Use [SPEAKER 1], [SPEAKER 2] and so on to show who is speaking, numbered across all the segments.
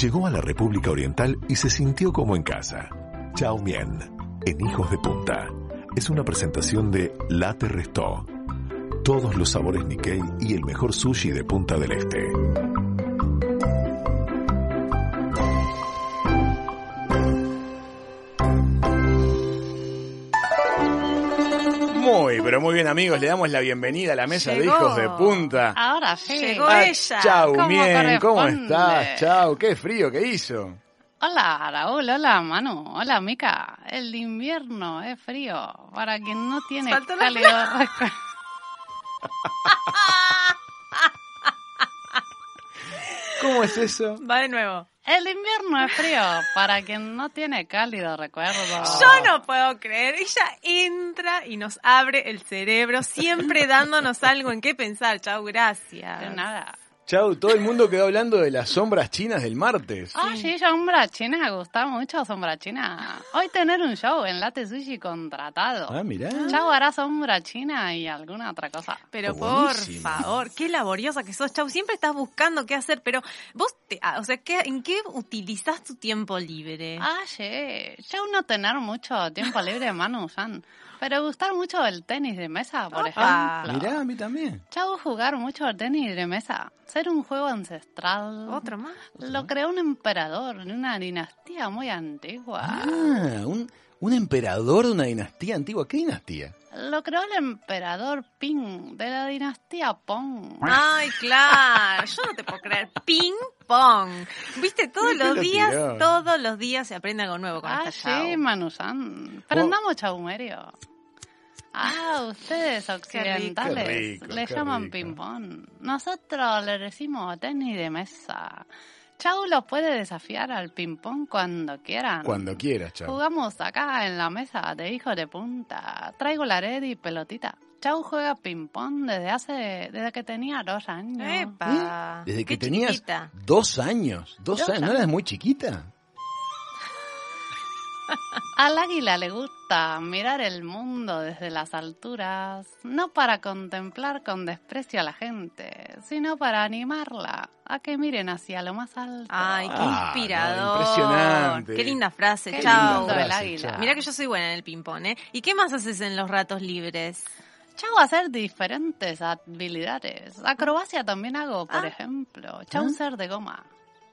[SPEAKER 1] Llegó a la República Oriental y se sintió como en casa. Chao Mien, en Hijos de Punta. Es una presentación de La Terrestó. Todos los sabores Nikkei y el mejor sushi de Punta del Este.
[SPEAKER 2] Muy, pero muy bien amigos, le damos la bienvenida a la mesa de
[SPEAKER 3] Llegó.
[SPEAKER 2] hijos de punta.
[SPEAKER 3] Ahora sí.
[SPEAKER 4] Llegó
[SPEAKER 2] Ah,
[SPEAKER 4] ella.
[SPEAKER 2] Chau,
[SPEAKER 3] ¿cómo
[SPEAKER 2] bien, ¿cómo
[SPEAKER 3] corresponde?
[SPEAKER 2] estás? Chau, qué frío que hizo.
[SPEAKER 3] Hola Raúl, hola Manu, hola Mica. El invierno es frío para quien no tiene
[SPEAKER 4] Faltó la
[SPEAKER 3] cálido recuerdo.
[SPEAKER 2] ¿Cómo es eso?
[SPEAKER 4] Va de nuevo.
[SPEAKER 3] El invierno es frío para quien no tiene cálido recuerdo.
[SPEAKER 4] Yo no puedo creer. Ella entra y nos abre el cerebro, siempre dándonos algo en qué pensar. Chau,
[SPEAKER 3] De
[SPEAKER 4] gracias.
[SPEAKER 3] nada.
[SPEAKER 2] Chau, todo el mundo quedó hablando de las sombras chinas del martes.
[SPEAKER 3] Ah, sí, Sombra China, gusta mucho Sombra China. Hoy tener un show en Late Sushi contratado.
[SPEAKER 2] Ah, mirá.
[SPEAKER 3] Chao hará Sombra China y alguna otra cosa.
[SPEAKER 4] Pero
[SPEAKER 2] Buenísimo.
[SPEAKER 4] por favor, qué laboriosa que sos, Chau. Siempre estás buscando qué hacer, pero vos, te- ah, o sea, ¿qué, ¿en qué utilizas tu tiempo libre?
[SPEAKER 3] Ah, sí. Yo no tener mucho tiempo libre, Manu San. Pero gustar mucho el tenis de mesa, por
[SPEAKER 4] Opa.
[SPEAKER 3] ejemplo.
[SPEAKER 2] Mirá, a mí también.
[SPEAKER 3] Chau jugar mucho al tenis de mesa. Ser un juego ancestral.
[SPEAKER 4] Otro más.
[SPEAKER 3] Lo creó un emperador en una dinastía muy antigua.
[SPEAKER 2] Ah, un, un emperador de una dinastía antigua. ¿Qué dinastía?
[SPEAKER 3] Lo creó el emperador Ping de la dinastía Pong.
[SPEAKER 4] Ay, claro, yo no te puedo creer. Ping pong. Viste, todos
[SPEAKER 2] Viste,
[SPEAKER 4] los
[SPEAKER 2] lo
[SPEAKER 4] días,
[SPEAKER 2] tiró.
[SPEAKER 4] todos los días se aprende algo nuevo con
[SPEAKER 3] Ah,
[SPEAKER 4] esta Chau.
[SPEAKER 3] sí,
[SPEAKER 2] Oh.
[SPEAKER 3] Manusan. Prendamos chaumerio. Ah, ustedes occidentales
[SPEAKER 2] Qué rico,
[SPEAKER 3] le
[SPEAKER 2] qué
[SPEAKER 3] llaman
[SPEAKER 2] rico.
[SPEAKER 3] ping-pong. Nosotros le decimos tenis de mesa. Chau lo puede desafiar al ping-pong cuando quieran.
[SPEAKER 2] Cuando quieras, chau.
[SPEAKER 3] Jugamos acá en la mesa de hijos de punta. Traigo la red y pelotita. Chau juega ping-pong desde hace, desde que tenía dos años.
[SPEAKER 4] Epa.
[SPEAKER 2] ¿Eh? Desde que
[SPEAKER 4] Qué
[SPEAKER 2] tenías
[SPEAKER 4] chiquita.
[SPEAKER 2] dos años. ¿Dos
[SPEAKER 3] Dos
[SPEAKER 2] años? ¿No eras muy chiquita?
[SPEAKER 3] Al águila le gusta mirar el mundo desde las alturas, no para contemplar con desprecio a la gente, sino para animarla a que miren hacia lo más alto.
[SPEAKER 4] Ay, qué
[SPEAKER 2] Ah, no,
[SPEAKER 4] inspirador.
[SPEAKER 2] impresionante.
[SPEAKER 4] Qué linda frase,
[SPEAKER 3] Qué
[SPEAKER 4] chau.
[SPEAKER 3] lindo el
[SPEAKER 2] Frase,
[SPEAKER 3] águila.
[SPEAKER 2] chau.
[SPEAKER 4] Mirá que yo soy buena en el ping-pong, ¿eh? ¿Y qué más haces en los ratos libres?
[SPEAKER 3] Chau hacer diferentes habilidades. Acrobacia también hago, por
[SPEAKER 4] Ah.
[SPEAKER 3] ejemplo. Chau
[SPEAKER 2] Ah.
[SPEAKER 3] ser de goma.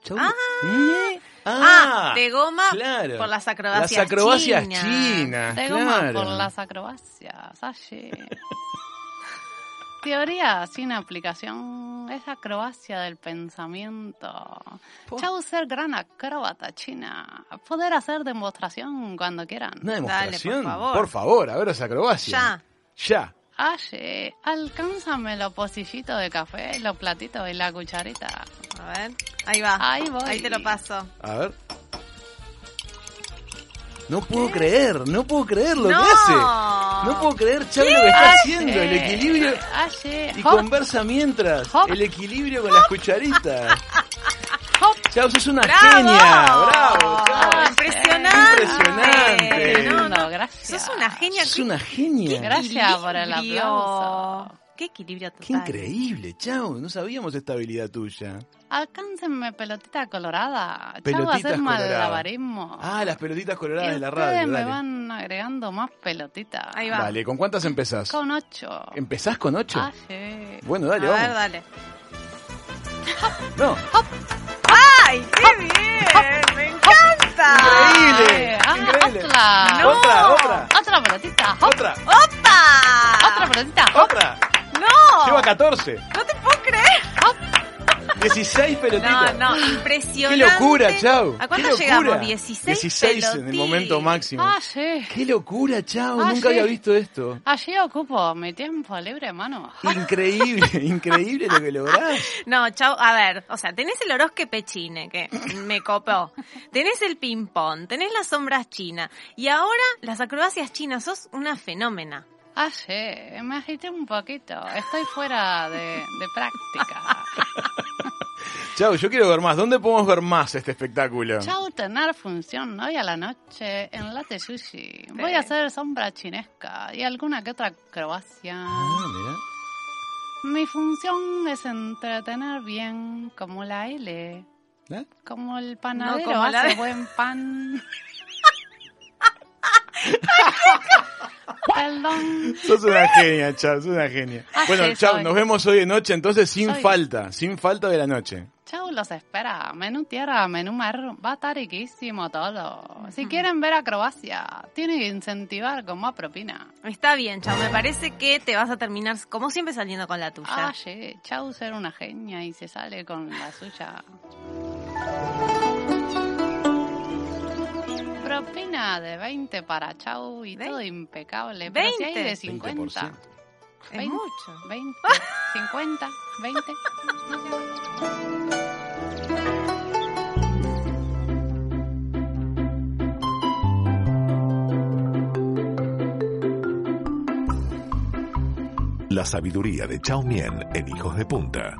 [SPEAKER 2] Chau.
[SPEAKER 4] Ah.
[SPEAKER 2] ¿Eh?
[SPEAKER 4] Ah, de goma
[SPEAKER 2] claro.
[SPEAKER 4] por las acrobacias
[SPEAKER 2] Las acrobacias
[SPEAKER 4] chinas.
[SPEAKER 2] chinas,
[SPEAKER 3] De goma
[SPEAKER 2] Ah, claro.
[SPEAKER 3] por las acrobacias. Allí. Teoría sin aplicación es acrobacia del pensamiento.
[SPEAKER 2] Po.
[SPEAKER 3] Chau ser gran acróbata china. Poder hacer demostración cuando quieran.
[SPEAKER 2] Una demostración.
[SPEAKER 4] Dale, por favor.
[SPEAKER 2] por favor, a ver las acrobacias.
[SPEAKER 4] Ya.
[SPEAKER 2] Ya.
[SPEAKER 3] Allí, alcánzame los pocillitos de café, los platitos y la cucharita.
[SPEAKER 4] A ver, ahí va.
[SPEAKER 3] Ahí voy.
[SPEAKER 4] Ahí te lo paso.
[SPEAKER 2] A ver. No puedo creer, no puedo creer lo
[SPEAKER 4] No.
[SPEAKER 2] que hace. No puedo creer, Chavo, lo que está haciendo. El
[SPEAKER 3] Eh,
[SPEAKER 2] equilibrio. Y
[SPEAKER 3] Allí, hop,
[SPEAKER 2] conversa mientras.
[SPEAKER 3] Hop.
[SPEAKER 2] El equilibrio con las cucharitas.
[SPEAKER 3] hop.
[SPEAKER 2] Chao, sos una
[SPEAKER 4] ¡Bravo!
[SPEAKER 2] genia. Bravo, Chao.
[SPEAKER 4] Ah, Impresionante.
[SPEAKER 2] Impresionante.
[SPEAKER 4] No, no,
[SPEAKER 3] gracias.
[SPEAKER 4] Sos una genia.
[SPEAKER 2] Sos
[SPEAKER 4] Qué
[SPEAKER 2] una genia.
[SPEAKER 3] Gracias por el
[SPEAKER 4] equilibrio.
[SPEAKER 3] aplauso.
[SPEAKER 4] Qué equilibrio total.
[SPEAKER 2] Qué increíble, Chao. No sabíamos esta habilidad tuya.
[SPEAKER 3] Alcáncenme pelotita colorada. Chau
[SPEAKER 2] Pelotitas
[SPEAKER 3] hacer
[SPEAKER 2] coloradas.
[SPEAKER 3] malabarismo.
[SPEAKER 2] Ah, las pelotitas
[SPEAKER 3] Y
[SPEAKER 2] coloradas de la
[SPEAKER 3] ustedes
[SPEAKER 2] radio.
[SPEAKER 3] me
[SPEAKER 2] dale.
[SPEAKER 3] van agregando más pelotitas.
[SPEAKER 4] Ahí va.
[SPEAKER 2] Dale, ¿con cuántas empezás?
[SPEAKER 3] Con ocho.
[SPEAKER 2] ¿Empezás con ocho?
[SPEAKER 3] Ah, sí.
[SPEAKER 2] Bueno, dale,
[SPEAKER 4] a
[SPEAKER 2] vamos.
[SPEAKER 4] ver, dale.
[SPEAKER 2] No,
[SPEAKER 4] ¡Ay, qué bien! ¡Me encanta!
[SPEAKER 2] increíble.
[SPEAKER 3] Ah,
[SPEAKER 2] increíble.
[SPEAKER 3] otra.
[SPEAKER 4] Ah, No.
[SPEAKER 2] Otra, otra,
[SPEAKER 3] Otra pelotita. Hop.
[SPEAKER 2] otra,
[SPEAKER 3] Otra
[SPEAKER 4] ¡Opa!
[SPEAKER 3] pelotita. Hop.
[SPEAKER 2] otra. Lleva
[SPEAKER 4] ¡No!
[SPEAKER 2] 14,
[SPEAKER 4] ¡No te puedo creer!
[SPEAKER 2] 16
[SPEAKER 4] No,
[SPEAKER 2] pelotitas.
[SPEAKER 4] no, impresionante.
[SPEAKER 2] Qué locura, Chao.
[SPEAKER 4] ¿A
[SPEAKER 2] Qué
[SPEAKER 4] cuánto
[SPEAKER 2] locura.
[SPEAKER 4] llegamos? 16
[SPEAKER 2] en el
[SPEAKER 4] pelotitas.
[SPEAKER 2] momento máximo.
[SPEAKER 3] Ah, sí.
[SPEAKER 2] Qué locura, Chao.
[SPEAKER 3] Ah,
[SPEAKER 2] Nunca
[SPEAKER 3] sí.
[SPEAKER 2] había visto esto.
[SPEAKER 3] Allí ocupo mi tiempo libre, mano.
[SPEAKER 2] Increíble, increíble lo que lográs.
[SPEAKER 4] No, chau, a ver, o sea, tenés el Orozque Pechine, que me copó. Tenés el ping-pong, tenés las sombras chinas. Y ahora las acrobacias chinas, sos una fenómena.
[SPEAKER 3] Ah, sí. Me agité un poquito. Estoy fuera de, de práctica.
[SPEAKER 2] Chao, yo quiero ver más. ¿Dónde podemos ver más este espectáculo?
[SPEAKER 3] Chau, tener función hoy a la noche en Late Sushi. Voy a hacer sombra chinesca y alguna que otra acrobacia.
[SPEAKER 2] Ah, mirá.
[SPEAKER 3] Mi función es entretener bien como la L.
[SPEAKER 2] ¿Eh?
[SPEAKER 3] Como el panadero
[SPEAKER 4] como la
[SPEAKER 3] hace
[SPEAKER 4] de-
[SPEAKER 3] buen pan. Perdón.
[SPEAKER 2] Sos una genia, Chau, sos una genia.
[SPEAKER 3] Así
[SPEAKER 2] Bueno, Chau,
[SPEAKER 3] soy.
[SPEAKER 2] nos vemos hoy de noche, entonces sin
[SPEAKER 3] Soy.
[SPEAKER 2] falta, sin falta de la noche.
[SPEAKER 3] Chau, los espera. Menú tierra, menú mar. Va a estar riquísimo todo. Si quieren ver acrobacia, tienen que incentivar con más propina.
[SPEAKER 4] Está bien, chao. Me parece que te vas a terminar, como siempre, saliendo con la tuya.
[SPEAKER 3] Ah, sí. Chau, ser una genia y se sale con la suya. Propina de 20 para Chau y
[SPEAKER 4] Ve-
[SPEAKER 3] todo impecable. Pero si hay
[SPEAKER 4] 20.
[SPEAKER 3] de 50.
[SPEAKER 2] 20%.
[SPEAKER 4] es
[SPEAKER 3] veinte.
[SPEAKER 4] mucho.
[SPEAKER 3] 20, 50, 20. no sé.
[SPEAKER 1] La sabiduría de Chao Mien en Hijos de Punta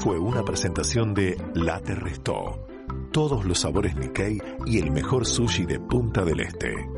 [SPEAKER 1] fue una presentación de La Te Restó, todos los sabores Nikkei y el mejor sushi de Punta del Este.